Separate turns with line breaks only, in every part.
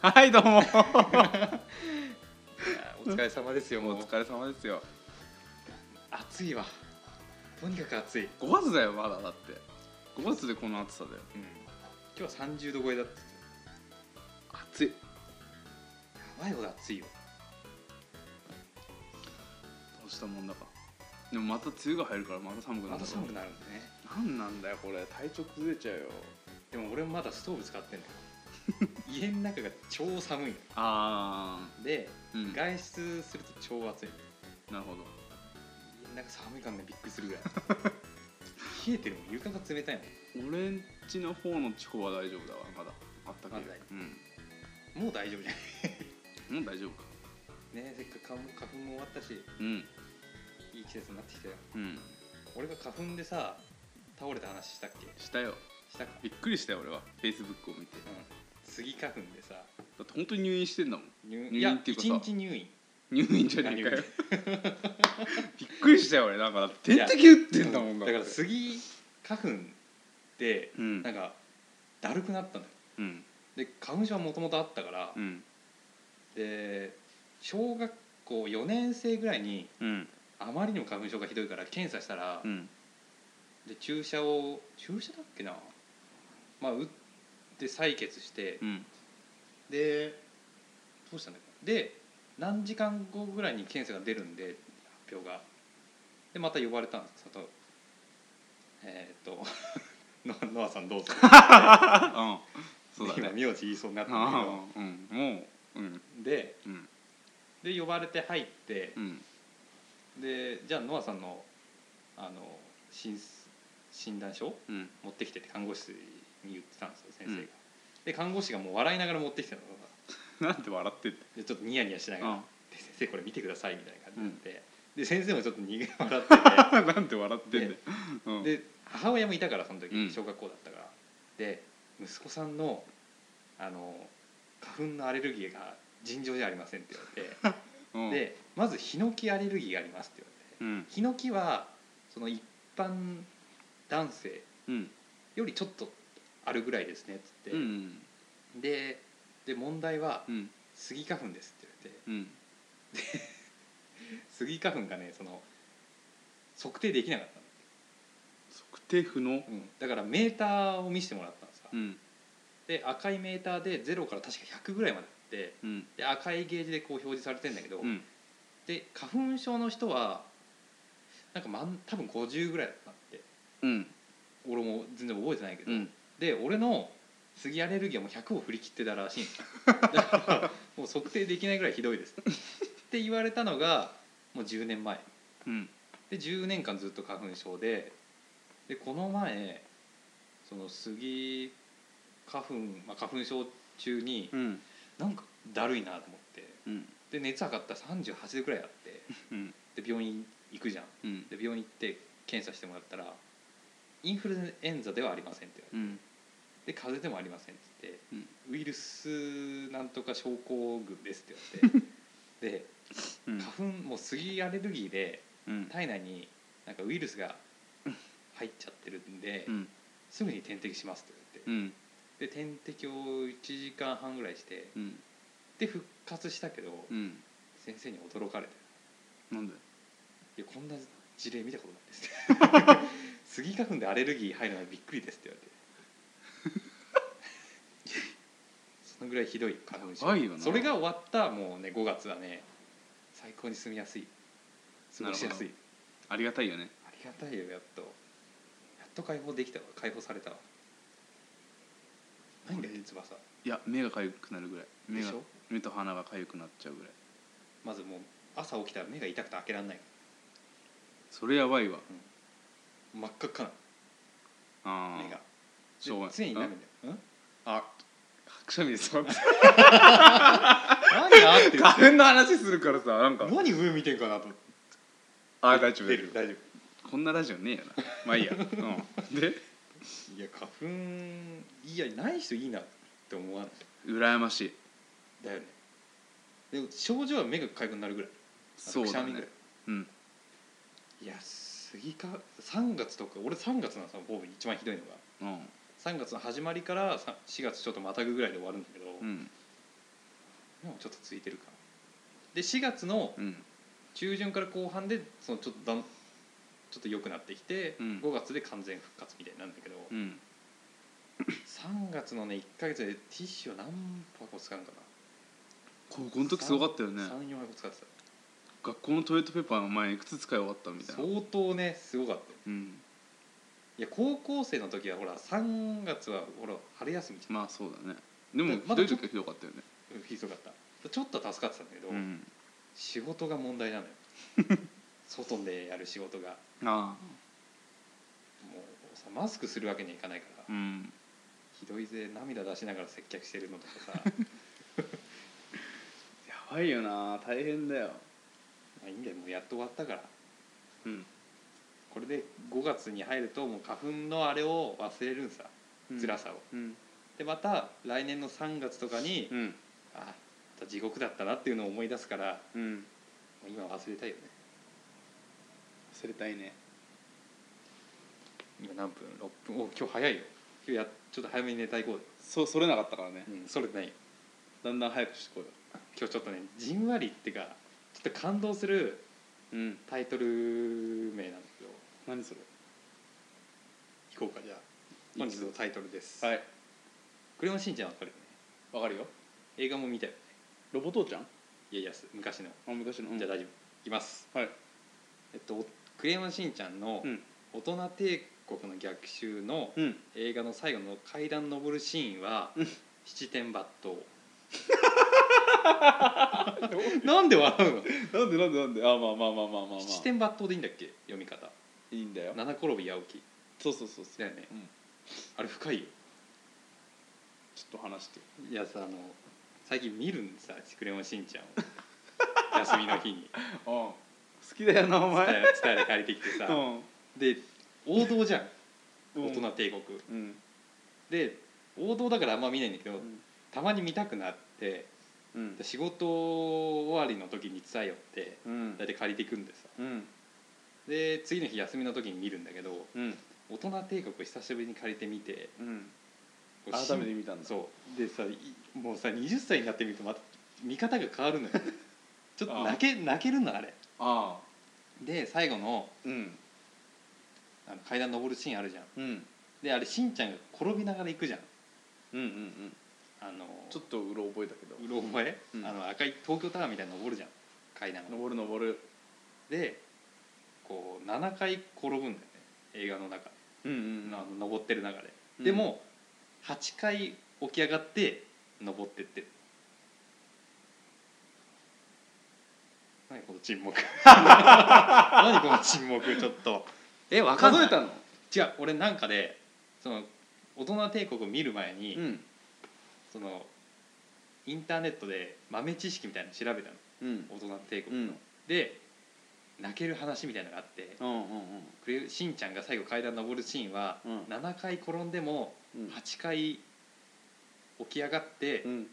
はいどう も
お疲れ様ですよも
お
う
疲れ様ですよ
暑いわとにかく暑い、
5月だよまだだって5月でこの暑さだよ
うん、今日は30度超えだって
暑い
やばいほど暑いよ
どうしたもんだかでもまた梅雨が入るからまた寒くな
ま
る
た寒くなるんだね
なんなんだよこれ体調崩れちゃうよ
でも俺もまだストーブ使ってんのよ 家の中が超寒いの
あ
で
ーうんなる
外出すると超暑い
ほど
家の中寒いからねびっくりするぐら い冷えてるもん床が冷たい
俺んちの方の地方は大丈夫だわまだあったけ
まだ
う
もんもう大丈夫じゃ
んもう大丈夫か
ないねせっかく花粉花粉も終わったし
うん
いい季節になってきたよ
うん
俺が花粉でさ倒れた話したっけ
したよ
したか
びっくりしたよ俺はフェイスブックを見て
うん杉花粉でさ
だって本当に入院してんだもん
入
入院
いや
っていうか
一
さ
日入院
入院じゃねえかよ
何
びっくりしたよ俺なんかだって点滴打ってんだもん
だ
って
から杉花粉って
うん
なんかだるくなったのよ
うん
で花粉症はもともとあったから、
うん
で小学校4年生ぐらいに
うん
あまりにも花粉症がひどいから検査したら、
うん
で注射を注射だっけなまあ打って採血して、
うん
でどうしたんだっけで何時間後ぐらいに検査が出るんで発表がでまた呼ばれたんですそのえーっと ノアノアさんどうぞ
あうんそうだ
今
ね
名字言いそうになったんだけ
ああうんもううん
どで
うん
で呼ばれて入って
うん
でじゃあノアさんのあの診診断書
うん
持ってきてって看護師に言ってたんですよ先生が、で看護師がもう笑いながら持ってきてたの
なんで笑ってんだよ
でちょっとニヤニヤしながら
あ
で先生これ見てくださいみたいな感じになって、で先生もちょっと逃げ笑って
あなんで笑ってんだようん
てで母親もいたからその時
うん
小学校だったから、で息子さんのあの花粉のアレルギーが尋常じゃありませんって言われて
うん
でまずヒノキアレルギーがありますって言われて
うん
ヒノキはその一般男性
うん
よりちょっとあるぐらいですねっつって、
うん
でで問題は
うん
スギ花粉ですって言われて
うん
スギ花粉がねその測定できなかったの
測定不能
うんだからメーターを見せてもらったんですよ、
うん
で赤いメーターで0から確か100ぐらいまであって
うん
で赤いゲージでこう表示されてんだけど、
うん
で花粉症の人はなんかまん多分50ぐらいだったんで
うん
俺も全然覚えてないけど、
うん
で俺の杉アレルギーはもう100を振り切ってたらしいんですよだからもう測定できないぐらいひどいですって言われたのがもう10年前
うん
で10年間ずっと花粉症ででこの前その杉花粉、まあ、花粉症中に
うん
なんかだるいなと思って
うん
で熱測ったら38度くらいあっ
うん
てで病院行くじゃん
うん
で病院行って検査してもらったらインフルエンザではありませんって言われ
う
て
ん
で風邪でもありませんって言って、ウイルスなんとか症候群ですって言われ てで
うん
花粉もう杉アレルギーで
うん
体内になんかウイルスが入っちゃってるんで、
うん
すぐに点滴しますって言っ
うん
てで点滴を1時間半ぐらいして
うん
で復活したけど、
うん
先生に驚かれて
なんで
「いやこんな事例見たことないです」 スギ花粉でアレルギー入るのはびっくりです」って言われてそのぐらいひどい花粉症
やばいよな
それが終わったもうね5月はね最高に住みやすい過ごしやすい
ありがたいよね
ありがたいよやっとやっと解放できたわ解放されたわ何だよ翼
いや目が痒くなるぐらい目
で
が
しょ
目と鼻が痒くなっちゃうぐらい
まずもう朝起きたら目が痛くて開けられない
それやばいわ
真っ赤っか
あ
な
あ
目がで
しょうがない
常にな
うん
るんだよん
あくしゃみで座って
何があって る
花粉の話するからさなんか
何上見てんかなと思って
あ大丈夫
出
大
る
丈
大丈
夫こんなラジオねえよな まあいいやうん で
夫いや花粉いやない人いいなって思わない
羨ましい
だよねでも症状は目が痒くなるぐらい
そう
くしゃ
だ
みぐら
ね
い
うん
いや杉か3月とか俺3月なんですよボブに一番ひどいのが
うん
3月の始まりからさ4月ちょっとまたぐぐらいで終わるんだけど、
うん
でもちょっとついてるかなで4月の
うん
中旬から後半でそのちょっとだんちょっと良くなってきて、
うん
5月で完全復活みたいになるんだけど、
うん
3月のね1か月でティッシュを何箱使うんかな
高校の時すごかったよね
34箱使ってた
学校のトイレットペーパーの前いくつ使い終わったみたいな
相当ねすごかったよ
うん
いや高校生の時はほら3月はほら春休みじゃん
まあそうだねでも
でま
ひ
だ
どい時はひどかったよね
うんひどかったちょっとは助かってたんだけど、
うん
仕事が問 題なのよ外でやる仕事がも
あ
うさマスクするわけにはいかないから、
あうん
ひどいぜ涙出しながら接客してるのと かさ
やばいよな大変だよ
まあいいんだよもうやっと終わったから
うん
これで5月に入るともう花粉のあれを忘れるんさ辛さを、
うん
でまた来年の3月とかに、
うん
あまた地獄だったなっていうのを思い出すから
うん
もう今忘れたいよね
忘れたいね
今何分6分お今日早いよ今日やちょっと早めに寝たいこう
そうそれなかったからね
うんそれないよ
だんだん早くしてこよ
今日ちょっとねじんわりってかちょっと感動する
ううん
タイトル名なんだけど
何それ
聞こうかじゃあ本日のタイトルです
はいい
クレヨンしんちゃんわかるよね
わかるよ
映画も見たよね
ロボ父ちゃんあ
いやいやす昔の、
昔のうん
じゃあ大丈夫いきます
はい
えっとクレヨンしんちゃんの
うん
大人帝国の逆襲の
うん
映画の最後の階段登るシーンは
うん
七点抜刀なんで笑うの
なんでなんでなんであまあまあまあまあまあまあ
七点抜刀でいいんだっけ読み方
いいんだよ
七転び八起き
そうそうそうそう
だよね
うん
あれ深いよ
ちょっと話して
いやさあの最近見るんさ「クレヨンしんちゃん」 を休みの日に
うん好きだよなお前
伝え伝えで借りてきてさ、
うん
で王道じゃん
うん
大人帝国、
うん
で王道だからあんま見ないんだけど、
うん
たまに見たくなって
うん
で仕事終わりの時に伝えよって
うん
大体借りていくんでさ
うん
で次の日休みの時に見るんだけど
うん
「大人帝国」久しぶりに借りてみて
うん改めて見たんだ
そうでさいもうさ20歳になってみるとまた見方が変わる のよちょっと泣け泣けるのあれ
ああ
で最後の
うん
あの階段登るシーンあるじゃん
うん
であれしんちゃんが転びながら行くじゃん
うんうんうん
あの
ちょっとうろ覚えたけど
うろ覚え、
うん
あの赤い東京タワーみたいに登るじゃん階段を
登る登る
でこう7回転ぶんだよね映画の中
う
で、
ん
あの登ってる中で、
うん
でも8回起き上がって登ってってる何この沈黙 何この沈黙ちょっとえ分かん
数
ない
えたの
違う俺なんかでその大人帝国を見る前に、
うん
そのインターネットで豆知識みたいなの調べたの
うん
大人帝
う
国の、
ん
で泣ける話みたいなのがあって
うんうん
クレヨンしんちゃんが最後階段登るシーンは
うん
7回転んでも
うん
8回起き上がって
うん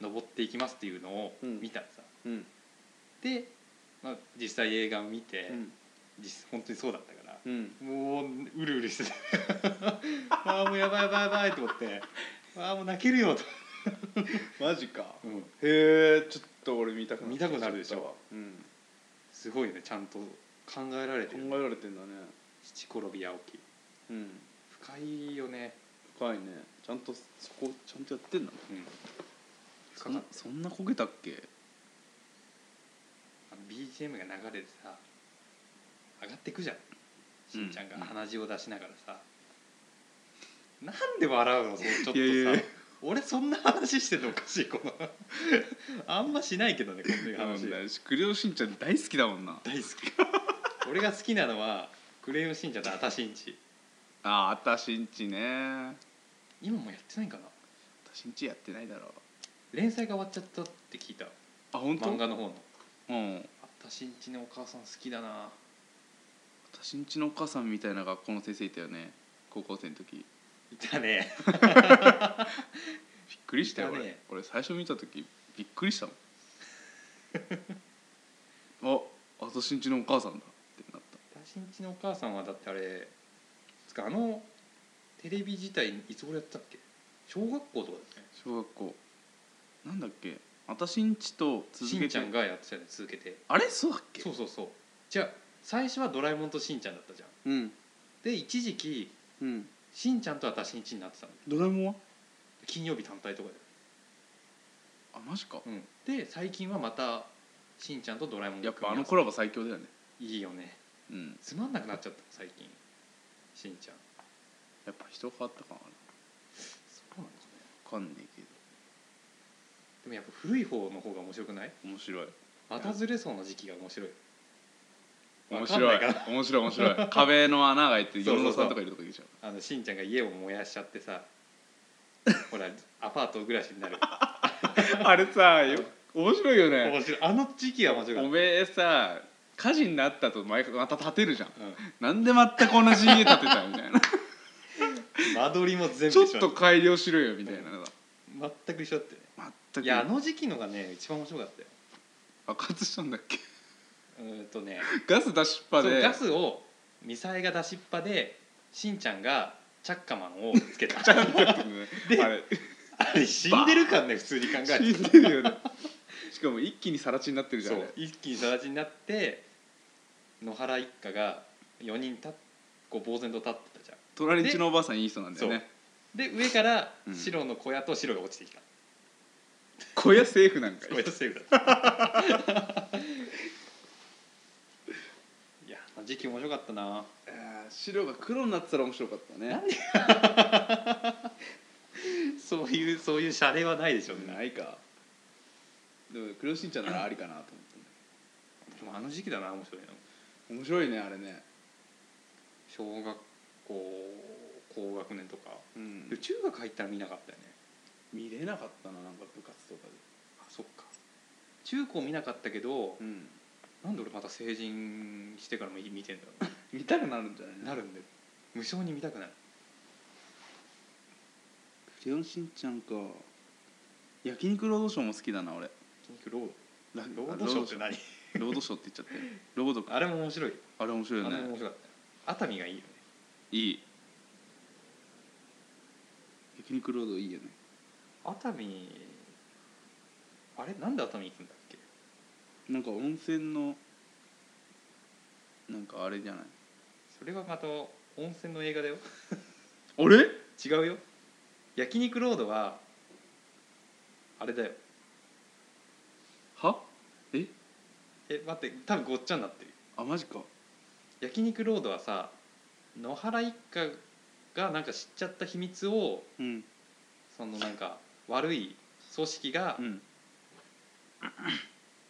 登っていきますっていうのを
うん
見たのさ、
うん
で、まあ、実際映画を見て、
うん
実本当にそうだったから
うん
もううるうるして たああもうやばいやばいやばいと思ってああもう泣けるよと、
マジかへえちょっと俺見たく
見たくなるでしょ
うん
すごいねちゃんと考えられて
考え
る
られてんだね
七転び八起き
うん
深いよね、
深いねちゃんとそこちゃんとやってんだ
うん、
そ
深かっ
んそんなこけたっけ
たあの BGM が流れてさ上がってくじゃんしんちゃんが
うん
鼻血を出しながらさ、なんで笑うのそうちょっとさ
いやいやいや
俺そんな話してておかしいこの あんましないけどねこんな話
クレヨンしんちゃん大好きだもんな
大好き 俺が好きなのは「クレヨンしんちゃん」と「あたしんち
あああたしんちね」
今もやってないかな
あたしんちやってないだろう
連載が終わっちゃったって聞いた
あ本
漫画の方の
うん
「あたしんちのお母さん好きだな
私んちのお母さんみたいな学校の先生いたよね高校生の時びっ」
いたね
くりしたよ
いた
俺
ね
俺最初見た時びっくりした もんあ私んちのお母さんだってなっ
私んちのお母さんはだってあれつかあのテレビ自体いつ頃やってたっけ小学校とかですね
た小学校なんだっけ私んちと続
し
け
ん
て
ちゃんがやってたよね続けて
あれそうだっけ
そうそうそうじゃあ最初はドラえもんとしんちゃんだったじゃん
うん
で一時期
うん
しんちゃんと私んちになってたの
ドラえもんは
金曜日単体とかで
あマジか、
うん、で最近はまたしんちゃんとドラえもん
や
が
っぱあ
組
の
み合わせ
コラボ最強だよね
いいよね
うん
つまんなくなっちゃった最近しんちゃん
やっぱ人変わったかな
そうなのかね
分かんねえけど
でもやっぱ古い方の方が面白くない
面白い
またずれそうな時期が面白い
面
わ
白い
かんない
面白い面白い壁の穴が開いて
そうそうそう
四郎さんとかいるとこいいじゃん
あのしんちゃんが家を燃やしちゃってさほらアパート暮らしになる
あれさよ 面白いよね
面白いあの時期は面白
お
い、
めえさ火事になったと前また建てるじゃん
うん、
なんで全く同じ家建てたみたい な
間取りも全
ちょ
部
っ
一緒
と改良しろよみたいな
だ全く一緒だったよね
全
いやあ
く
の時期のがね一番面白かったよ
爆発したんだっけ
うーんとね
ガス出しっぱ
そう
で
ガスをミサイが出しっぱでしんちゃんがチャッカマンをつけたで
あれ
あれ死んでるからね普通に考え
死んでるよねしかも一気にさら地になってる
て
じゃん
そ
あ
う
れ
一気にさら地になって野原一家が4人たこう呆然と立ってたじゃん
隣んちのおばあさんいい人なんだよね
で上から
うん
白の小屋と白が落ちてきた、
小屋セーフなんか
小
よ
屋とセーフだったいやあの時期面白かったな
あー白が黒になってたら面白かったね
そういうそういうシャレはないでしょうね
ないかでも黒しんちゃんならありかなと思ってね
でもあの時期だな面白いの
面白いねあれね
小学校高学年とか、
うん
で中学入ったら見なかったよね
見れなかったななんか部活とかで
あそっか中高見なかったけど、
うん
なんで俺また成人してからも見てんだろ
見たくなるんじゃないう
なるんで無性に見たくなる
クレヨンしんちゃんか焼肉労働省も好きだな俺
筋肉ロー
ラ
ドロードショーって何
あ労働省って言っちゃって労働
あれも面白いよ
あれ面白いよ
あれも面
ね
白かった熱海がいいよね
いい焼肉労働いいよね
熱海あれなんで熱海行くんだっけ
なんか温泉のなんかあれじゃない
それはまた温泉の映画だよ
あれ
違うよ焼肉ロードはあれだよ
はえ
え待って多分ごっちゃになってる
あマジか
焼肉ロードはさ野原一家がなんか知っちゃった秘密を
うん
そのなんか悪い組織が
うん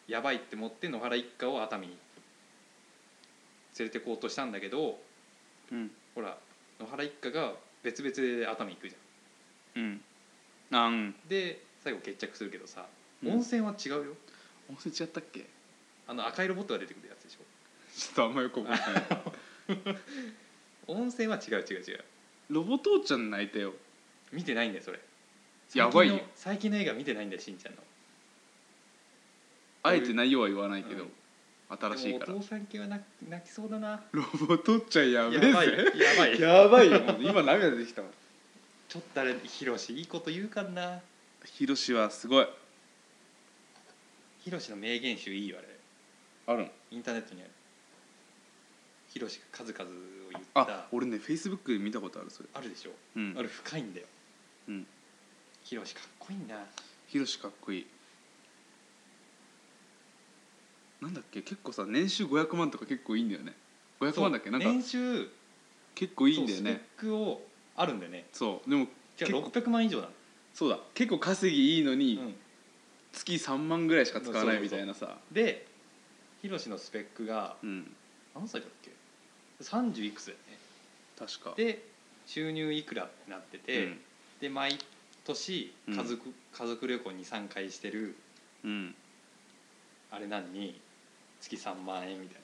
やばいって思って野原一家を熱海に連れてこうとしたんだけど
うん
ほら野原一家が別々で熱海行くじゃ
うんあうん
んで最後決着するけどさ
うん
温泉は違うよ、
温泉違ったっけちょ
あの赤いロボットが出てくるやつでし
っとあんまよく覚えてない
ょ温泉は違う違う違う
ロボ父ちゃん泣いたよ
見てないんだよそれ
やばいよ
最近の最近の映画見てないんだよしんちゃんの
あえて内容は言わないけど、
うん
新しいか
で
ら
もお父さん系は泣泣きそうだな
ロボ父ちゃんや
や
べえ
ばいや
ぜ
ば い
やばいよもう今涙出てきたわ
ちょっとあれヒロシいいこと言うかんな
ヒロシはすごい
ヒロシの名言集いいよあれ
あるの
インターネットにあるヒロシが数々を言った
あ俺ねフェイスブックで見たことあるそれ
あるでしょ、
うん
あれ深いんだよ
うん
ヒロシかっこいいな
ヒロシかっこいいなんだっけ結構さ年収500万とか結構いいんだよね500万だっけなんか
年収
結構いいんだよ
そうス
ね
ペックをあるんだよね
そうでも
じゃあ
結構
600万以上なの、
そうだ結構稼ぎいいの
う
に、
ん、
月3万ぐらいしか使わないみたいなさ
でヒロシのスペックが
うん
何歳だっけ30いくつだよね
確か
で収入いくらってなってて、
うん
で毎年
うん
家族,、家族旅行23回してる
うん
あれなのに月3万円みたい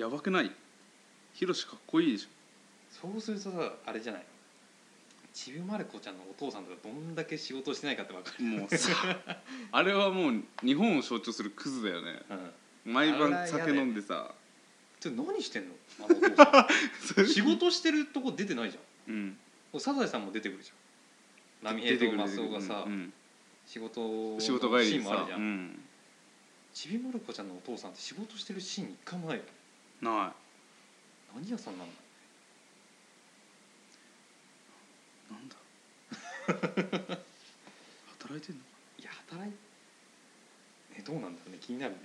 な
やばくないヒロシかっこいいでしょ
そうするとさあれじゃないちびまる子ちゃんのお父さんとかどんだけ仕事してないかって分かる
もうさ あれはもう日本を象徴するクズだよね
うん
毎
あ
晩
らやだ
酒
よ
飲んでさ
ちょっと何してんのあのお父さ ん仕
仕
事してるとこ出てないじゃ ん
うん
もうサザエさんも出てくるじゃん波平とマスオがさ、
うん
仕事の
仕事帰
シ
り
ーン
に
もある
さ
じゃ、
うんん
ちびまる子ちゃんのお父さんって仕事してるシーン一回もないよ
な
何屋さんなの
い なんだ働いてんの
いや働いねどうなんだろうね気になるね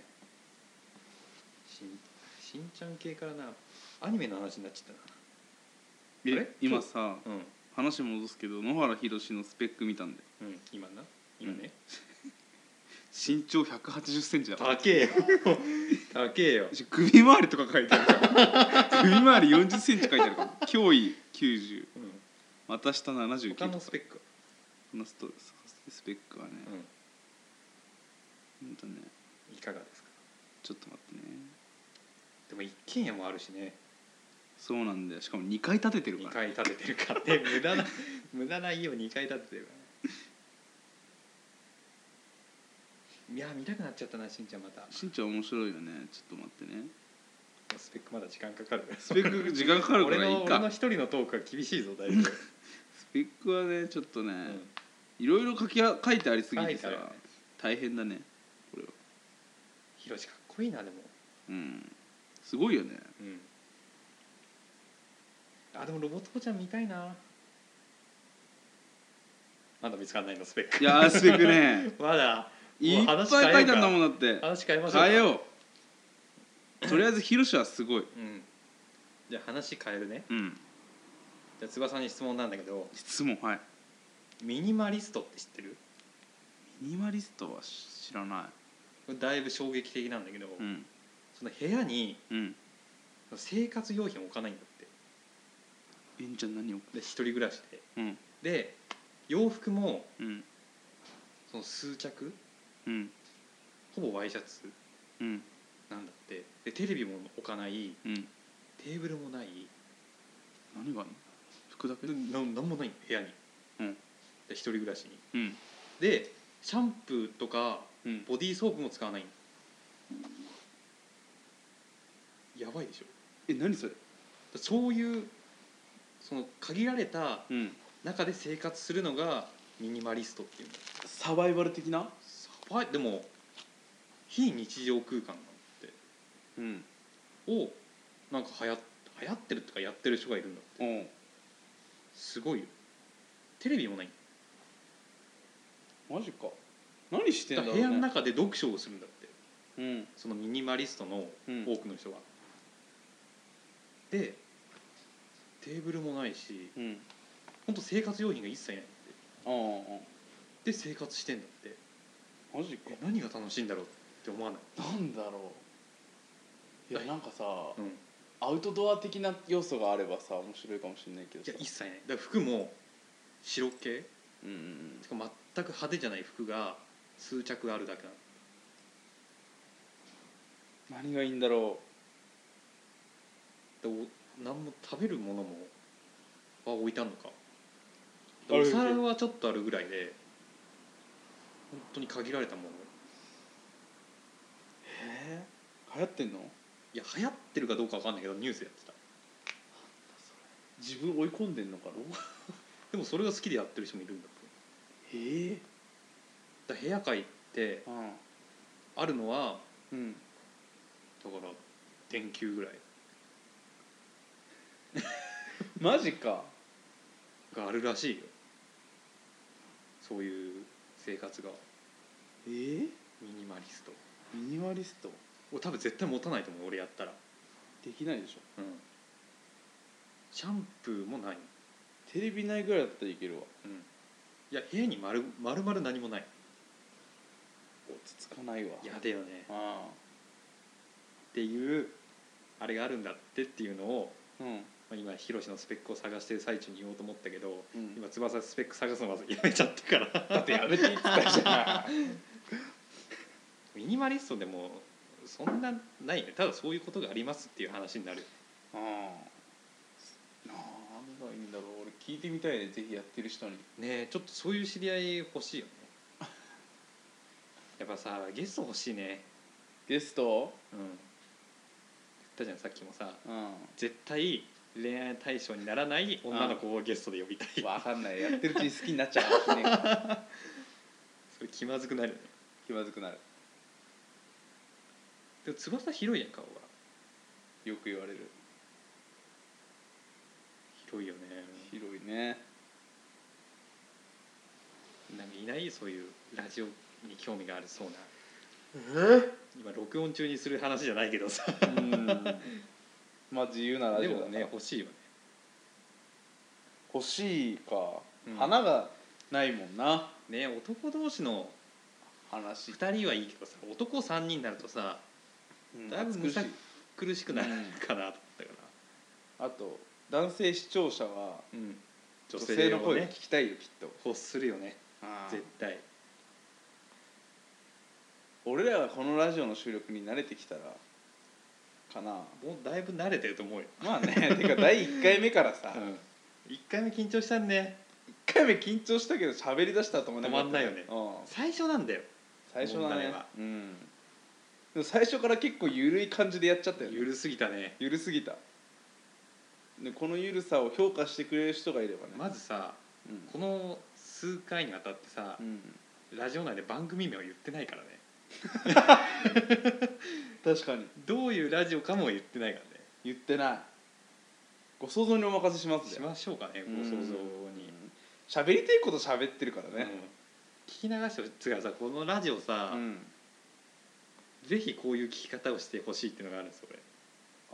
しんしんちゃん系からなアニメの話になっちゃっあれ
え今さ
たなうん
話戻すけど野原宏のスペック見たんで
うん今な今ね、
身長1 8 0ンチだから
高えよ 高えよ
首周りとか書いてあるから首周り4 0ンチ書いてあるから脅威90
うん
また下79
他の
と
ス
か
ペックは
このストスペックはね、
う
ほんとね
んいかがですか
ちょっと待ってね
でも一軒家もあるしね
そうなんだよしかも2回建ててる
2
から
階建ててるからね無駄な無駄な家を2階建ててるからねいや見たくなっちゃったなしんちゃんまた
身長面白いよねちょっと待ってね
スペックまだ時間かかる
スペック時間かかるか
俺
らい
の
い
俺の
か
一人のトークは厳しいぞ大丈
スペックはねちょっとね、
夫、うん
いろいろ書きあ書いてありすぎてさ、
書いてあるね
大変だねこれは
ヒロシかっこいいなでも
うんすごいよね
うんあでもロボット子ちゃん見たいなまだ見つかんないのスペック
いやースペック ね
まだ
いっぱい書いてあるんだもんだって
話変えましょうか
変えようとりあえずヒロシはすごい
うん、じゃあ話変えるね
うん
じゃあ翼に質問なんだけど
質問はい
ミニマリストって知ってる
ミニマリストは知らな
これだいぶ衝撃的なんだけど、
いうん
その部屋に
うん
生活用品を置かないんだって
えんちゃん何を
で一人暮らしで
うん
で洋服も
うん
その数着
うん
ほぼワイシャツ
うん
なんだってでテレビも置かない
うん
テーブルもない
何があるの服だけ
ななんもない部屋に、
うん
で一人暮らしに
うん
でシャンプーとか
うん
ボディーソープも使わないんやばいでしょ
え何それ
そういうその限られた
うん
中で生活するのがミニマリストっていうの
サバイバル的な
サバイでも非日常空間なんて
うん
をなんか流行っ流行ってるとかやってる人がいるんだ
おう
すごいよテレビもない
マジか何してん
だ
だ
か
ろ
ら
う、
部
ね、
屋の中で読書をするんだって
うん
そのミニマリストの
うん
多くの人は、でテーブルもないし
うん
本当生活用品が一切ないんだって
ああ
で生活してんだって
マジか
え何が楽しいんだろうって思わない、
なんだろういやなんかさ
うん、い
アウトドア的な要素があればさ面白いかもしれないけどさ
や一切ないだから服も白系
うんうんうん
てか全く派手じゃない服が数着あるだけなの
何がいいんだろ
でお何も食べるものもは置いてあるのか
あ
でお
るよ
皿はちょっとあるぐらいで本当に限られたもの
うえ流行ってんの
いや流行ってるかどうか分かんないけどニュースやってた
自分追い込んでんのかな
でもそれが好きでやってる人もいるんだっ て
ええ
だから部屋界って
うん
あるのは
うん
だから電球ぐらい
マジか
があるらしいよそういう生活が
えー、
ミニマリスト
ミニマリスト
俺多分絶対持たないと思う俺やったら
できないでしょ
うんシャンプーもない、
テレビないぐらいだったらいけるわ
うん、いや部屋にまるまるまる何もない
落ち着かないわ
やだよね
あ
っていうあれがあるんだってっていうのを、
あうん、
まあ、今ヒロシのスペックを探してる最中に言おうと思ったけど
うん、
今翼スペック探すのまずやめちゃったから
だってやめていってたじ ゃん
ミニマリストでもそんなないねただそういうことがありますっていう話になる
うん何がいいんだろう俺聞いてみたいねぜひやってる人に
ねえちょっとそういう知り合い欲しい よねやっぱさゲスト欲しいね
ゲスト
うん言ったじゃんさっきもさ
うん
絶対恋愛対象にならない女の子をゲストで呼びたい、
分かんないやってるうちに好きになっちゃうかもしれないから
そ
れ気まずくなるよね
気まずくなる
でも翼広いやん顔が
よく言われる
広いよね
広いね
なんかいないそういうラジオに興味があるそうな今録音中にする話じゃないけどさ
うんまあ自由なラジ
で
オだ
も
から
ね欲しいよね
欲しいか、
うん
花がないもんな
ね男同士の
話
2人はいいけどさ男3人になるとさ
うん
だいぶ
美しい
む苦しくなるかなと思ったから、
あと男性視聴者は
うん、
女
女性
性の
を
声
ね
聞きたいよきっと
欲するよね
絶
絶対
俺らがこのラジオの収録に慣れてきたらかな
もうだいぶ慣れてると思うよ、
まあね てか第1回目からさ、
一1回目緊張したんね
1回目緊張したけど喋りだしたら止まんなかった
止まんないよね
うん
最初なんだよ
最初だ
問題
ね
は
うんでも最初から結構緩い感じでやっちゃったよね
ゆるすぎたね
ゆるすぎたでこのゆるさを評価してくれる人がいればね
まずさ
うん
この数回にわたってさ
う、ん、
ラジオ内で番組名を言ってないからね
確かに
どういうラジオかも言ってないからね
言ってないご想像にお任せします
し
ね
ましょうかね
う
ご
ん
想像に、
喋りたいこと喋ってるから
うん
ね
聞き流してほしいつうかさこのラジオさ、
うん
ぜひこういう聞き方をしてほしいっていうのがあるんですよ俺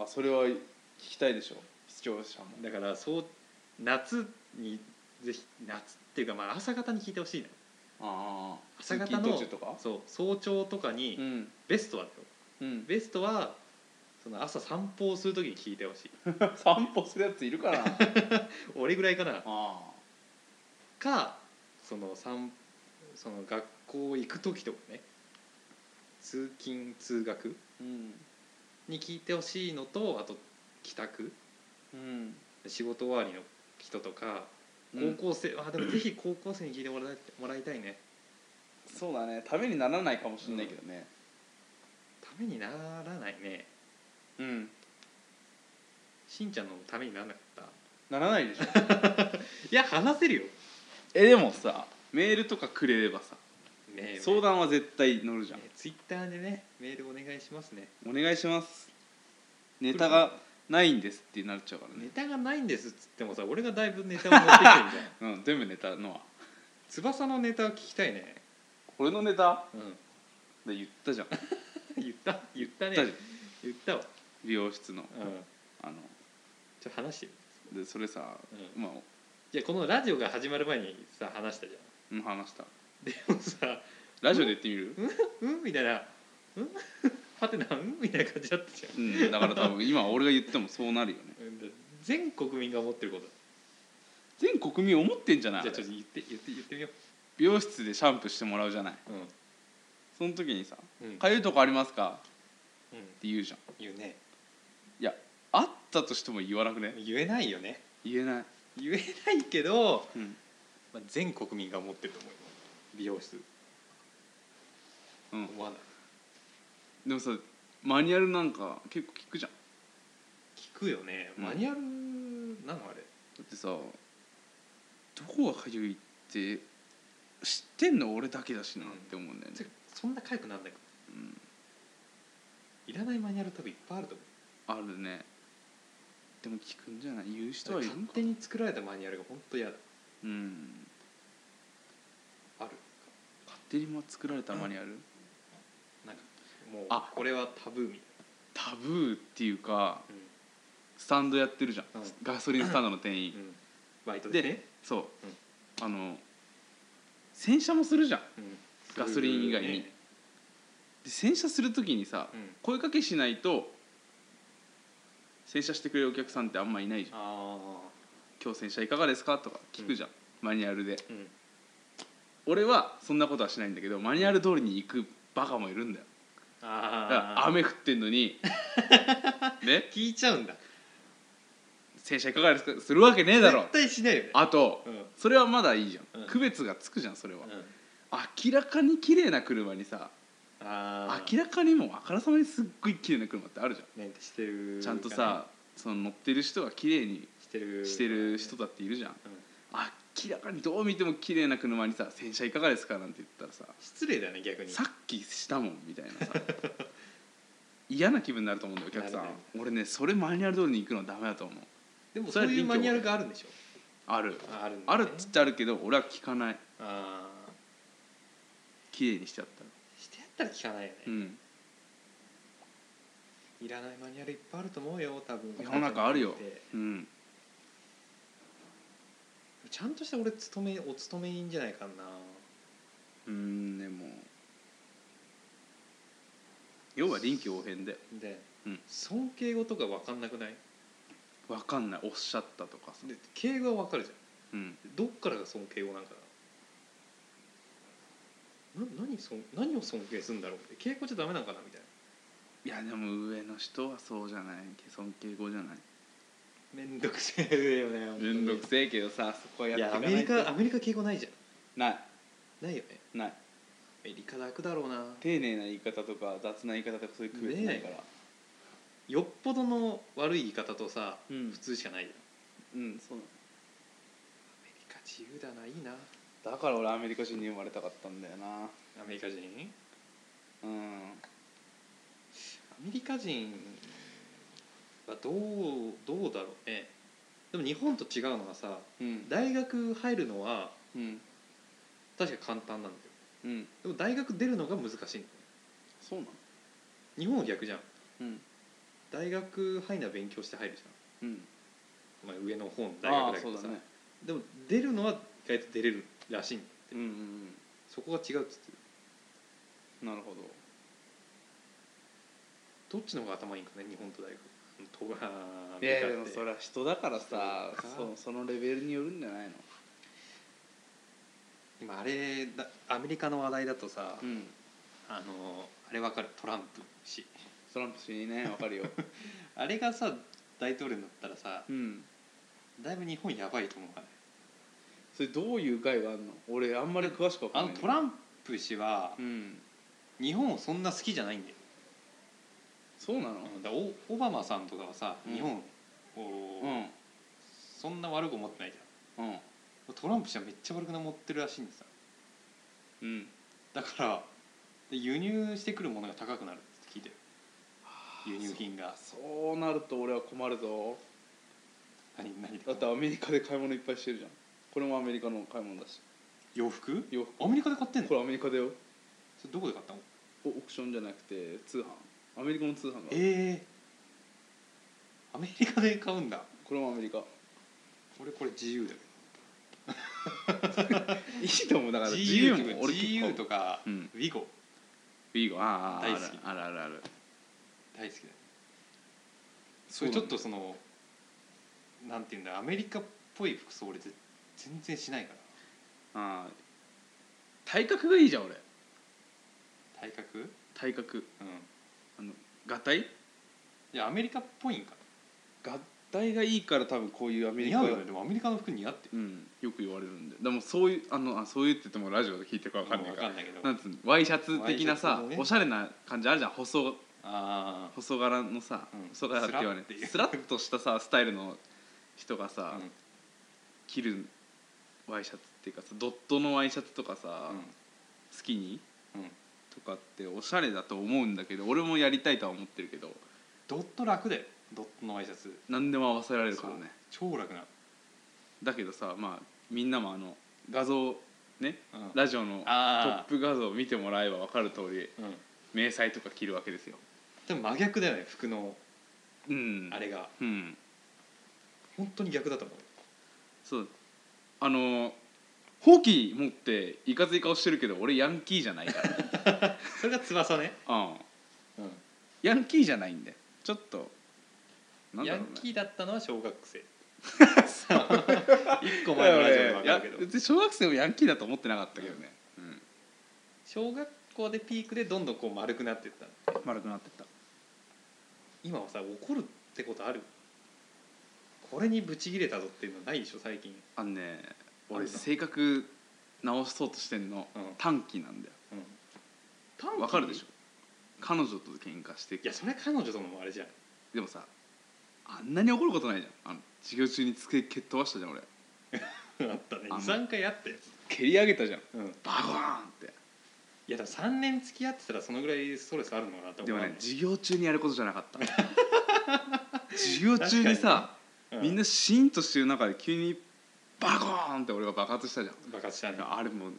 あそれは聞きたいでしょ視聴者も
だからそう夏にぜひ夏っていうかまあ朝方に聞いてほしいの
ああ
朝
朝方
方の
の途中とか
そう早朝とかに、
うん
ベストはだよ
うん
ベストはその朝散歩をする時に聞いてほしい
散歩するやついる かなあ
俺ぐらいかな
あ
かその散その学校行く時とかね通勤通学
うん
に聞いてほしいのとあと帰宅
うん
仕事終わりの人とか
うん
高校生、あでもぜひ高校生に聞いてもらいもらいたいね
そうだねためにならないかもしれないけどね
ためにならないね
うん
しんちゃんのためにならなかっ
な
た
らないでしょ
いや話せるよ
えでもさメールとかくれればさ
ねえ
相談は絶対乗るじゃん
ねツイッターでねメールお願いしますね
お願いしますネタがないんですってなっちゃうから
ネ
ね、
タがないんですっつってもさ俺がだいぶネタを持ってきてる じゃん
うん、全部ネタのは
翼のネタ聞きたいね、
俺のネタ
うん、
で言った じゃん
言った言ったね
言ったじゃん
言ったわ、
美容室の
うん、
あの
ちょっと話してよ
でそれさ、
う
まあ
いやこのラジオが始まる前にさ話したじゃ
うん話した
んでもさ
ラジオで言ってみる、
「うん?」みたいな「うん? 」 はてな「うん?」みたいな感じだったじゃん
うん、だから多分今俺が言ってもそうなるよね
うん全国民が思ってること
全国民思ってんじゃない
じゃあちょっと言って言って言ってみよ
美容室でシャンプーしてもらうじゃないう
うん
その時にさ
うん
「かゆいとこありますか?」
う
って言うじゃん
ん言うね
あったとしても言わなくね
言えないよね
言えない、
言えないけど、
うん
まあ、全国民が思ってると思うよ美容室
うん、
思わない
でもさマニュアルなんか結構聞くじゃん
聞くよね
うん
マニュアルなのあれ
だってさどこがかゆいって知ってんの俺だけだしなって思うんだよね
て、かそんな痒くなんない
うん、
いらないマニュアル多分いっぱいあると思う
あるねでも聞くんじゃない言う人はいるの
勝
か
手に作られたマニュアルが本当嫌だ
うん
ある
勝手にま作られたマニュアル、
なんかもう
あ
これはタブーみたい
タブーっていうか
な、
スタンドやってるじゃん、
うん
ガソリンスタンドの店員、
うんバイトでね
そう、あの洗車もするじゃん
うん
ガソリン以外に
ね
で洗車する時にさ、
うん
声かけしないと洗車してくれるお客さんってあんまいないじゃん
あ
「今日洗車いかがですか?」とか聞くじゃん、マニュアルで
あうん
俺はそんなことはしないんだけどマニュアル通りに行くバカもいるんだよだから
ああ
雨降ってんのに ね
聞いちゃうんだ
洗車いかがですかするわけねえだろ
絶対しないよね
あと
うん
それはまだいいじゃん、
うん
区別がつくじゃんそれは、
うん
明らかに綺麗な車にさ
あ
明らかにもうあからさまにすっごい綺麗な車ってあるじゃん
メンテしてる
ちゃんとさその乗ってる人が綺麗に
してる
してる人だっているじゃん、
うん
明らかにどう見ても綺麗な車にさ「洗車いかがですか?」なんて言ったらさ
失礼だね
「
逆に
さっきしたもん」みたいな さ嫌な気分になると思うんだよお客さ
なる
ん俺ねそれマニュアル通りに行くのはダメだと思う
でも
そ
そう
れは
いうマニュアル
臨機応変
があるんでしょ
ある
ああるんだ
あ
ね
るっつってあるけど俺は聞かない
ああ
綺麗にしちゃったら
してやったら聞かないよね、
うん
いらないマニュアルいっぱいあると思うよ多分
世の中あるよ
で
うん
ちゃんとした俺勤めお勤めいいんじゃないかな
うーんでも要は臨機応変で
で、
うん
尊敬語とか分かんなくない
分かんないおっしゃったとかさ、
で敬語は分かるじゃん
うん、
どっからが尊敬語なんかなな何そん何を尊敬するんだろうって敬語じゃダメなんかなみたいない
やでも上の人はそうじゃない尊敬語じゃない
めんどくせえよね本当に
面倒くせえけどさそこはや
い
って
や
か
ア
な
メ
い
リ
と
カアメリカ敬語ないじゃ
なん
ないよね
いない
アメリカ楽だろうな
丁寧な言い方とか雑な言い方とかそういう区別ないから、
よっぽどの悪い言い方とさ、
うん
普通しかないよ
うんそう
アメリカ自由だないいな
だから俺アメリカ人に生まれたかったんだよな
アメリカ人
うん
アメリカ人はどうどうだろうねでも日本と違うのはさ
うん
大学入るのは
うん
確か簡単なんだよ
うん
でも大学出るのが難しいんだよ
そうなの
日本は逆じゃん
うん
大学入るのは勉強して入るじ
うん
ゃん、まあ、上の方の大
ああ
学だ
そ
け
う
ど
だ
さ、
ね
でも出るのは意外と出れるらしいんだよ
うんうん
そこが違うっつって
うんなるほど
どっちの方が頭いいんかね日本と大学とが
いやでもそれは人だからさ
人だから
そそのレベルによるんじゃないの
今あれだアメリカの話題だとさ、
うん
あのあれわかるトランプ氏
トランプ氏にねわかるよ
あれがさ大統領になったらさ
うん
だいぶ日本やばいと思うからね
それどういう害があるの俺あんまり詳しくわか
あ
ん
の
ない
トラ
ン
ンプ氏は
うん
日本をそんな好きじゃないんだよ、
そうなの
だからオオバマさんとかはさ
うん
日本を、
うん
そんな悪く思ってないじ
うん
ゃんトランプ氏はめっちゃ悪く思ってるらしいんですよ
うん
だからで輸入してくるものが高くなるって聞いてる輸入品が
そうなると俺は困るぞ
何何で
だってアメリカで買い物いっぱいしてるじゃんこれもアメリカの買い物だし
洋服
洋服
アメリカで買ってんの
これアメリカだよ
それどこで買ったの
おオークションじゃなくて通販アメリカの通販がある
ええアメリカで買うんだ
これもアメリカ
俺これ GU だけ
いいと思うだから
ど
GU
GU
も
とか
俺結
GU
構
とか
うん
ビゴ
ビーゴンあああ
大
る
好き
あるあるある
大好きだよそれちょっとそのなんていうんだアメリカっぽい服装俺ぜ全然しないか
ああ体格がいいじゃん俺
ら体格うん
体格合体
いやアメリカっぽいんか
合体がいいから多分こういうアメリ
似
カ
合うよねでもアメリカの服似合ってる
うん、よく言われるんででもそういうあのあそういうって言ってもラジオで聞いてるかわかんない
わ
から
かんないけど
なんつうのワイシャツ的な
ワイシャツ
さ、
のね
おしゃれな感じあるじゃん細
あ
細柄のさ、
うん
細柄って言われて
ス
スラッとしたさスタイルの人が
あ
さ、
うん
着るワイシャツっていうかさドットのワイシャツとかさ、スキニ
うんうん
ーとかっておしゃれだと思うんだけど俺もやりたいとは思ってるけど
ドット楽だよドットのワイシャツ
何でも合わせられるからね
超楽な
だけどさまあみんなもあの画像ね
うん
ラジオのトッ
あ
プ画像を見てもらえば分かる通り
あうん
迷彩とか着るわけですよ
でも真逆だよね服の
うん
あれが
うん
本当に逆だと思う
そうあのホーキー持っていかつい顔してるけど俺ヤンキーじゃないから、
それが翼ね、
うん、ヤンキーじゃないんでちょっとなんだ
ヤ
ろう
ン
ね
キーだったのは小学 生一個前のラジオで分
い
か
や
るけど
別に小学生もヤンキーだと思ってなかったけどね、うん
小学校でピークでどんどんこう丸くなっていったの
丸くなってった
今はさ怒るってことあるこれにブチギレたぞっていうのないでしょ最近
あのね
あ
俺
んた
性格直そうとしてんの
うん
短期なんだよ
短期
わかるでしょ彼女と喧嘩して
いやそれ彼女ともあれじゃん
でもさあんなに怒ることないじゃんあの授業中に机蹴っ飛ばしたじゃん俺
あったね
あんま
23回あったよ、
蹴り上げたじゃん
うん、い
バゴーンって
やだ3年付き合ってたらそのぐらいストレスあるのかなって
でも
思わない
ね授業中にやることじゃなかった 授業中にさ
う
みんなシーンとしてる中で急にバゴーンって俺が爆発したじゃん
爆発したね
あれもう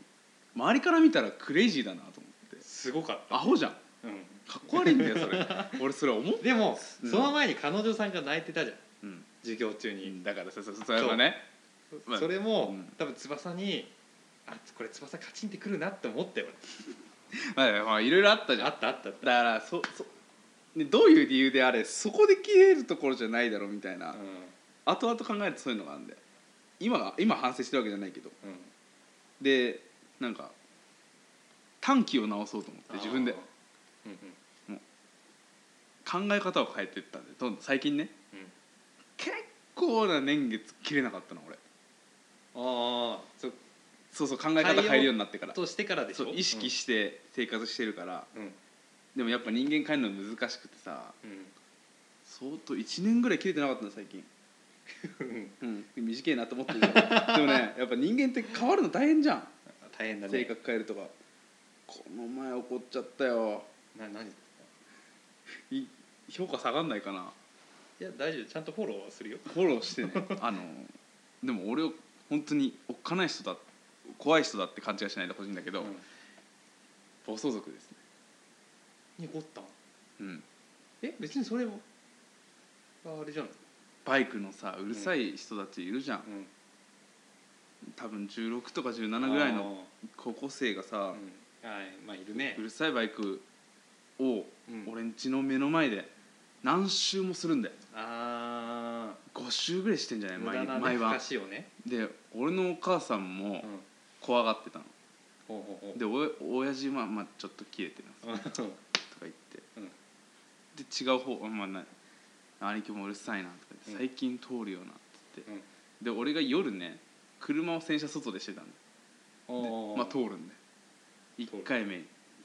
周りから見たらクレイジーだなと思って
すごかった、
アホじゃん
うん、
かっこ悪いんだよそ れ俺それ思っ
でも、
うん
その前に彼女さんが泣いてたじゃん
うん
授業中に、
だからさそそそれはねまあ
それも、
うん
多分翼にあこれ翼カチンってくるなって思ったよ
まあまあいろいろあったじゃん
あったあったあっ
だからそそ、ね、どういう理由であれそこで切れるところじゃないだろうみたいな、
た、うん
後々考えるとそういうのがあるんだよ今が今反省してるわけじゃないけど
うん、
でなんか短期を直そうと思って自分で
あー、うんうん
考え方を変えていったんでどんどん最近ね、
うん
結構な年月切れなかったの俺
ああそ
そうそう考え方変えるようになってから
としてからでし
そ
ょ
う意識して生活してるから、
うん、うん
でもやっぱ人間変えるの難しくてさ相当1年ぐらい切れてなかったの最近
うん、
うん、短いなと思ってるけどでもねやっぱ人間って変わるの大変じゃん
大変だね
性格変えるとかこの前怒っちゃったよ
な何い
い評価下がんないかな
や大丈夫ちゃんとフォローはするよ
フォローしてねあのでも俺を本当におっかない人だ怖い人だって勘違いしないでほしいんだけど、
うん
暴走族ですね
に怒ったん
うん
え別にそれはあれじゃない、
バイクのさうるさい人たちいるじゃん、
うん、
多分16とか17ぐらいの
あ
高校生が
ー、
さ
う、ん、はいまあいるね
う、るさいバイクを
うん、
俺んちの目の前で何周もするんだよ
あ
5周ぐらいしてんじゃな
あ
い
無
毎
駄な
毎
ね
晩
話をね、
で俺のお母さんも
うん、
怖がってたの
ほうほうほう
でお親父は、まあ、ちょっと切れてます
う
とか
ん
言って、
うん
で違う方、まあ、な兄貴もうるさいなとか言って、
うん
最近通るよなって言って、
うん
で俺が夜ね車を洗車外でしてたんでで
おー
まあ、通るんで1回目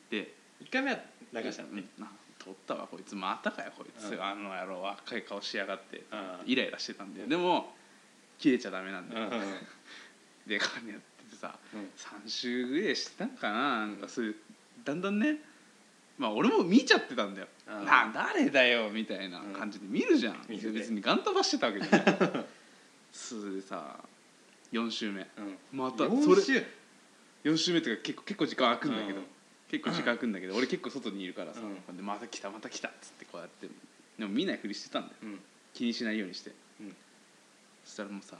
で
一回目は流したのね、
うんあ通ったわこいつまたかよこいつ、
うん
あの野郎若い顔しやがって
あー
イライラしてたんで、
うん
でも切れちゃダメなんで、
うんうんうん
でこうやっててさ3週ぐらいしてたんかななんかそういうだんだんねまあ俺も見ちゃってたんだよ
あー
な誰だよみたいな感じで見るじゃん、
見るね
別にガンタバしてたわけじゃないそれでさ4週目
うん
また
四
それ
週
4週目っていうか結構結構時間空くんだけど、
うん
結構時間空くんだけど俺結構外にいるからさ、
うん
でまた来たまた来たっつってこうやってでも見ないふりしてたんだよ
うん
気にしないようにして、
うん
そしたらもうさ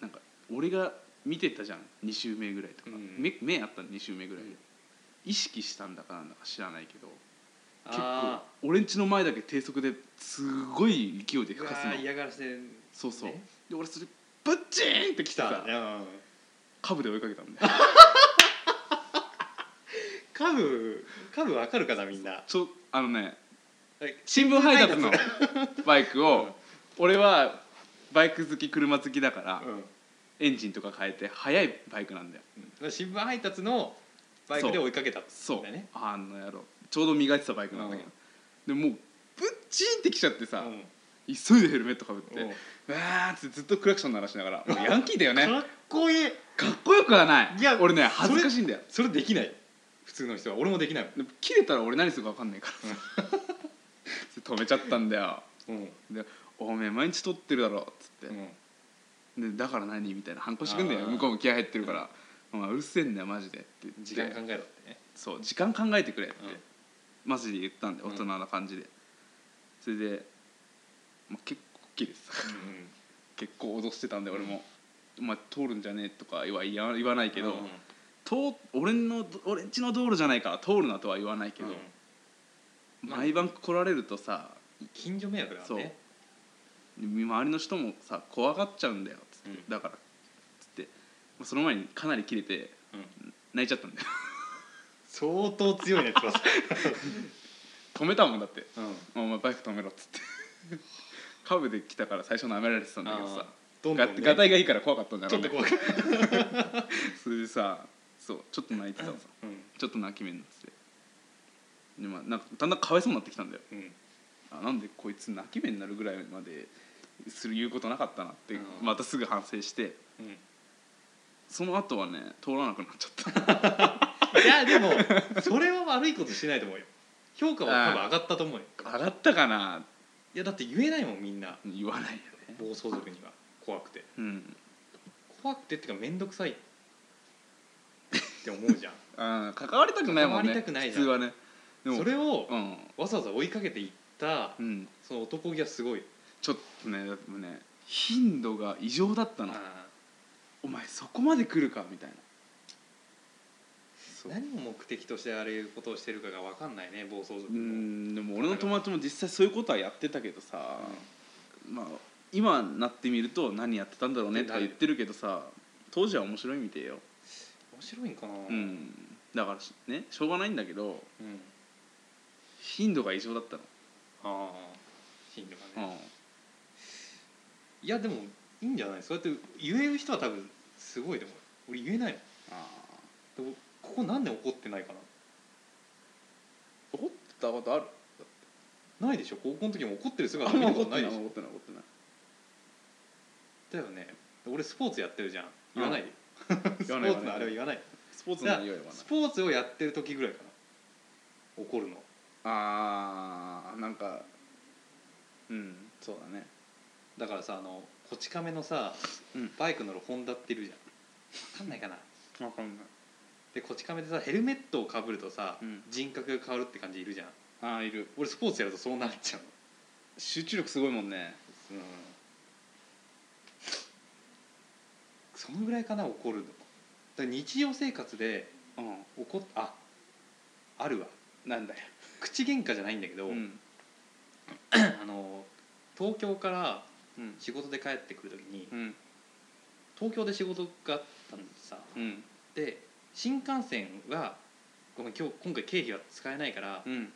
なんか俺が見てたじゃん2週目ぐらいとか、
うん
目目あったの2週目ぐらいで、
うん
意識したんだかなんだか知らないけど結構
あ
俺んちの前だけ低速ですごい勢いで
ーう
吹
わ
かすの
ー嫌がらせで
そうそう、
ね
で俺それブッチーンって来
来
て
た
さ
うん
カブで追いかけたん で
カブカブわかるかなみんな
ちょあのね
はい
新聞配達のバイク
うん
を俺はバイク好き車好きだから
うん
エンジンとか変えて速いバイクなんだよ
うん新聞配達のバイクで追いかけた
そ
ん
う
だね
あの野郎ちょうど磨いてたバイクなんだけど、でもうブッチンってきちゃってさ、
うん
急いでヘルメットかぶって
うん
わーってずっとクラクション鳴らしなが らもうヤンキーだよね
かっこいい
かっこよくはない
いや
俺ね恥ずかしいんだよ
それできない普通の人は俺もできない
でも切れたら俺何するか分かんないからさ それ止めちゃったんだよ
うん
で「おめえ毎日撮ってるだろ」っつって、
うん
でだから何みたいな反抗してくんだよ
あー
向こうも気合入ってるから「お前うるせえんだよマジで」って言って
時間考えろってね
そう時間考えてくれって、
うん
マジで言ったんで
うん
大人な感じで、それで、まあ、結構切れてた 結構脅してたんで俺も「お前通るんじゃねえ」とかは言わ言わないけど、
うん
通俺の俺んちの道路じゃないから通るなとは言わないけど、
うん
毎晩来られるとさ
近所迷惑だからね
周りの人もさ怖がっちゃうんだよつって、
うん
だからつってまあその前にかなり切れて
うん
泣いちゃったんだよ
相当強いね翼
止めたもんだって
うん
「お前バイク止めろ」っつって カブで来たから最初舐められてたんだけどさ
あーどんど
が
んね
がたいがいいから怖かったんだ
ち
ろ
ょ
う
っ
ね
と怖い
それでさそうちょっと泣いてたのさ
うん
ちょっと泣き目になっててで、まあ、なんかだんだんかわいそうになってきたんだよ
うん
あなんでこいつ泣き目になるぐらいまでする言うことなかったなって
うん
またすぐ反省して
うん
その後はね通らなくなっちゃった
いやでもそれは悪いことしてないと思うよ評価は多分上がったと思うよ
上がったかない
やだって言えないもんみんな
言わないよね
暴走族には怖くて
うん
怖くてっていうか面倒くさいって思うじゃん
あー関わりたくないもんね
関わりたくないじ
普
ゃ
通は
ん
ねでも
それを
うん
わざわざ追いかけていった
うん
その男気はすごい
ちょっとねもうね頻度が異常だったの
あ
お前そこまで来るかみたいな
ー
そう
何を目的としてあれいうことをしてるかが分かんないね暴走族
う
も
んでも俺の友達も実際そういうことはやってたけどさ、まあ今になってみると何やってたんだろうねとか言ってるけどさ当時は面白いみてえよ、
面白いんかな
うんだからしねしょうがないんだけど
うん
頻度が異常だったの、
ああ頻度が
う
ね
ん、
いやでもいいんじゃないそうやって言える人は多分すごいでも俺言えない
あ
もんでもここなんで怒ってないか
ー怒ってたことある
なないでしょ高校の時も怒ってる姿
あ
見
んま
た
怒
こ
っ
と
て
な
ない
い
怒
でしょ
ってない怒ってない
だよね俺スポーツやってるじゃん言わないよス
言
ポ
わない
ーツのあれは言わない
スポーツの内容は言わない
スポーツをやってる時ぐらいかな怒るの
あーなんかうんそうだね
だからさあのこち亀のさ、
うん
バイク乗るホンダっているじゃん分かんないかな
分かんない
でこち亀でさヘルメットをかぶるとさ、
うん
人格が変わるって感じいるじゃん
ああいる
俺スポーツやるとそうなっちゃうの
集中力すごいもんね
うんそのぐらいかな怒るのだから日常生活で
うん
怒っああるわ
なんだよ、
口喧嘩じゃないんだけど、
うん
あの東京から
うん
仕事で帰ってくる時に
うん
東京で仕事があったんでさ
うん
で新幹線はごめん今日今回経費は使えないから
うん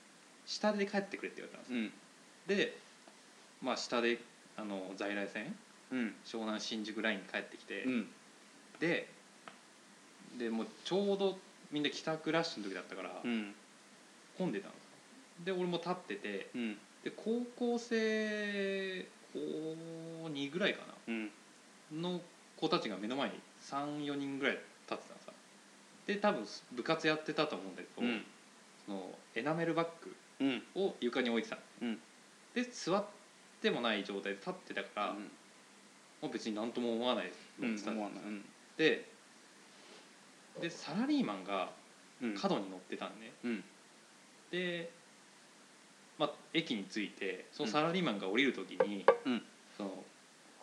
下で帰ってくれって言われたんです
うん
でまあ下であの在来線
うん
湘南新宿ラインに帰ってきて、
うん
ででもうちょうどみんな帰宅ラッシュの時だったから
うん
混んでたので俺も立ってて
うん
で高校生高2ぐらいか
うん
なの子たちが目の前に34人ぐらい立ってたのさで多分部活やってたと思うんだけど、
うん
そのエナメルバッグ
うん
を床に置いてたの、
うん
で座ってもない状態で立ってたから、もう別に何とも思わない
う
で
ん
座ってた
思わないうん
ででサラリーマンが
うん
角に乗ってたんね、
うん
で、まあ、駅に着いてそのサラリーマンが降りる時に、
うん
その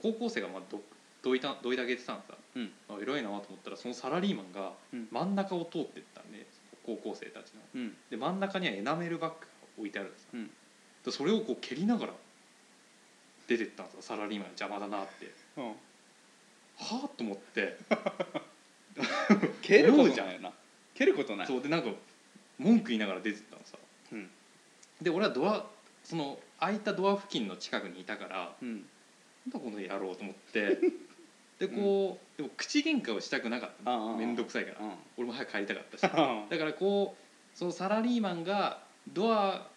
高校生がまあどどいたどいてあげてたのさ、
うん
あ偉いなと思ったらそのサラリーマンが
うん
真ん中を通ってったんで高校生たちの
うん
で真ん中にはエナメルバッグが置いてあるんですよ、
うん
でそれをこう蹴りながら出てったんですよサラリーマン邪魔だなって
うん
はあと思って
蹴るこ
思う
と
じゃん
ないよな蹴ることない
そうでなんか文句言いながら出てったのさ
うん
で俺はドアその開いたドア付近の近くにいたから
うん
なんだこの野郎と思って でこう、でも口喧嘩をしたくなかった
ああああ
の面倒くさいから
うん
俺も早く帰りたかったしだからこうそのサラリーマンがドア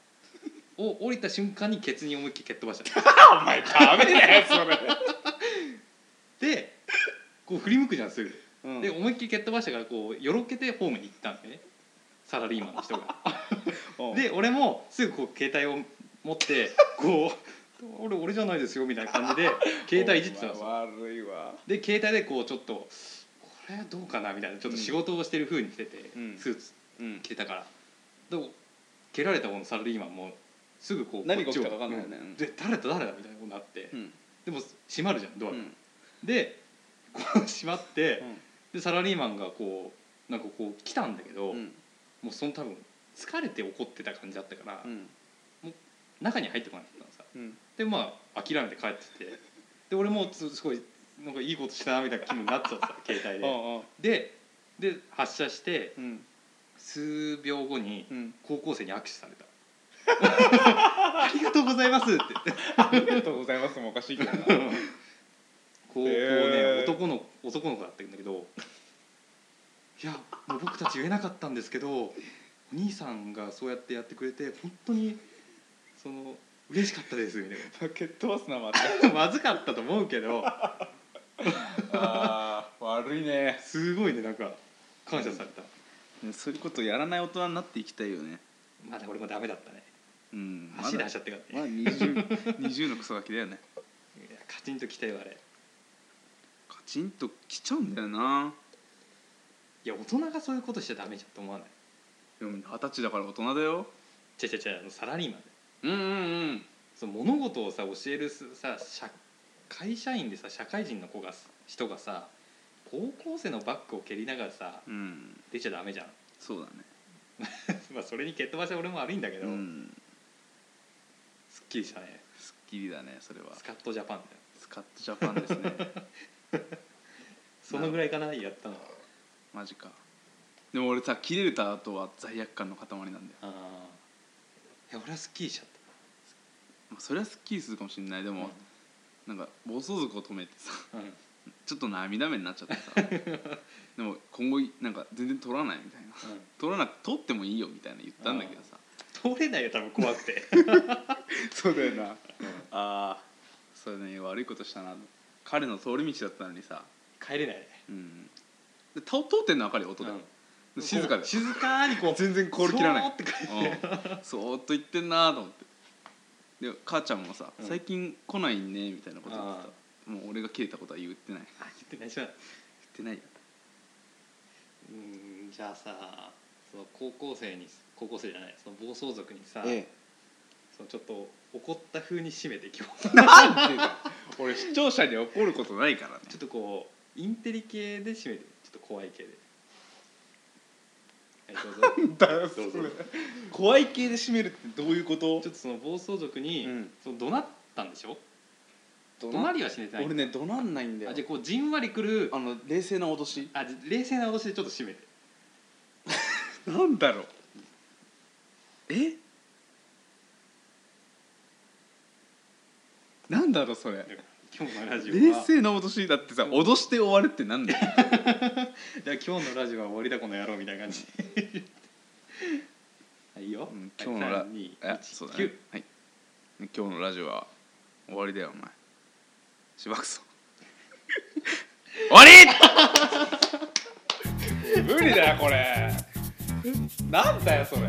を降りた瞬間にケツに思いっきり蹴っ飛ばしたの
お前ダメだよそれ
でこう振り向くじゃんすぐ
うん
で思いっきり蹴っ飛ばしたからこうよろけてホームに行ったんでねサラリーマンの人が
うん
で俺もすぐこう携帯を持ってこう 「俺俺じゃないですよ」みたいな感 じで携帯いじってたんです
お
よ
前悪いわ
で携帯でこうちょっと「これはどうかな」みたいなちょっと仕事をしてる風にしてて、
うん
スーツ
うん
着てたからで蹴られた方のサラリーマンもすぐこう
何が
こっちを
起きたか分かんないよね
う
うん
で誰だ誰だみたいなことになって、
うん
でも閉まるじゃんドア
う
が、
ん
でこう閉まってでサラリーマンがこうなんかこう来たんだけど、
うん
もうその多分疲れて怒ってた感じだったから、
うん
中に入ってこなかったのさ
うん
でまあ諦めて帰っててで俺もすすごいなんかいいことしたなみたいな気分になってたのさ携 帯で
ああ
でで発射して
うん
数秒後に
うん
高校生に握手された「ありがとうございます」って言 って
ありがとうございますもおかしいけどな
こうこうね
へー
男の男の子だったんだけどいやもう僕たち言えなかったんですけどお兄さんがそうやってやってくれて本当にその嬉しかったですみたい
蹴っ飛ばすなまた
なまずかったと思うけど
ああ悪いね
すごいねなんか感謝された、
ねそういうことやらない大人になっていきたいよね
まだ俺もダメだったね
うんま
足で
だ
走っちゃってからね、
まだ 20, 20のクソガキだよね
いやカチンときたよあれ
カチンときちゃうんだよない
や大人がそういうことしちゃダメじゃんと思わない
でも二十歳だから大人だよ
違う違う違うあのサラリーマンで
うんうん
その物事をさ教えるすさ社会社員でさ社会人の子がす人がさ高校生のバッグを蹴りながらさ
うんうん
出ちゃダメじゃん
そうだね
まあそれに蹴っ飛ばして俺も悪いんだけ
う
ど、
ん
すっきりしたね
すっきりだねそれは
スカットジャパンだよ
スカットジャパンですね
そのぐらいかなやったの
マジかでも俺さ切れた後は罪悪感の塊なんだよ、
あーいや俺はすっきりしちゃった
まあ、それはすっきりするかもしれないでも、なんか暴走族を止めてさ
うん、うん
ちょっと涙目になっちゃって さでも今後なんか全然取らないみたいな取らなく取ってもいいよみたいな言ったんだけどさ
うん、通れないよ多分怖くて
そうだよなああそれね悪いことしたな彼の通り道だったのにさ
帰れないね、
うんで通通ってんのは彼音だよ、で静かで
静かにこう
全然コール切らない
そーって帰って
うんそーっと言ってんなと思ってで母ちゃんもさ「
うん
最近来ないね」みたいなこと言ってた
あ
もう俺が切れたことは言ってない言
あ言ってないじゃんう
ってないよ
ーんじゃあさその高校生に高校生じゃないその暴走族にさ、そのちょっと怒った風に締めて今日 ち
なんでだよ 俺視聴者に怒ることないからね
ょっとこうインテリ系で締めてちょっと怖い系では いどう
だ
ぞそれ
怖い系で締めるってどういうこと
ちょっとその暴走族に、
うん
その怒鳴ったんでしょ
怒
怒鳴りはしねてない
俺ね怒鳴んないんだよ
あじゃあこうじんわりくる
あの冷静な脅し
あ冷静な脅しでちょっと 締めて
なんだろうえなんだろうそれ
今日のラジオは
冷静な脅しだってさ脅して終わるってなんだよ
じゃあ今日のラジオは終わりだこの野郎みたいな 感じはいいいよ、
うん今日のラ
ジ
あそうだねはい今日のラジオは終わりだよお前しばくそ終わり 無理だよこれなんだよそれ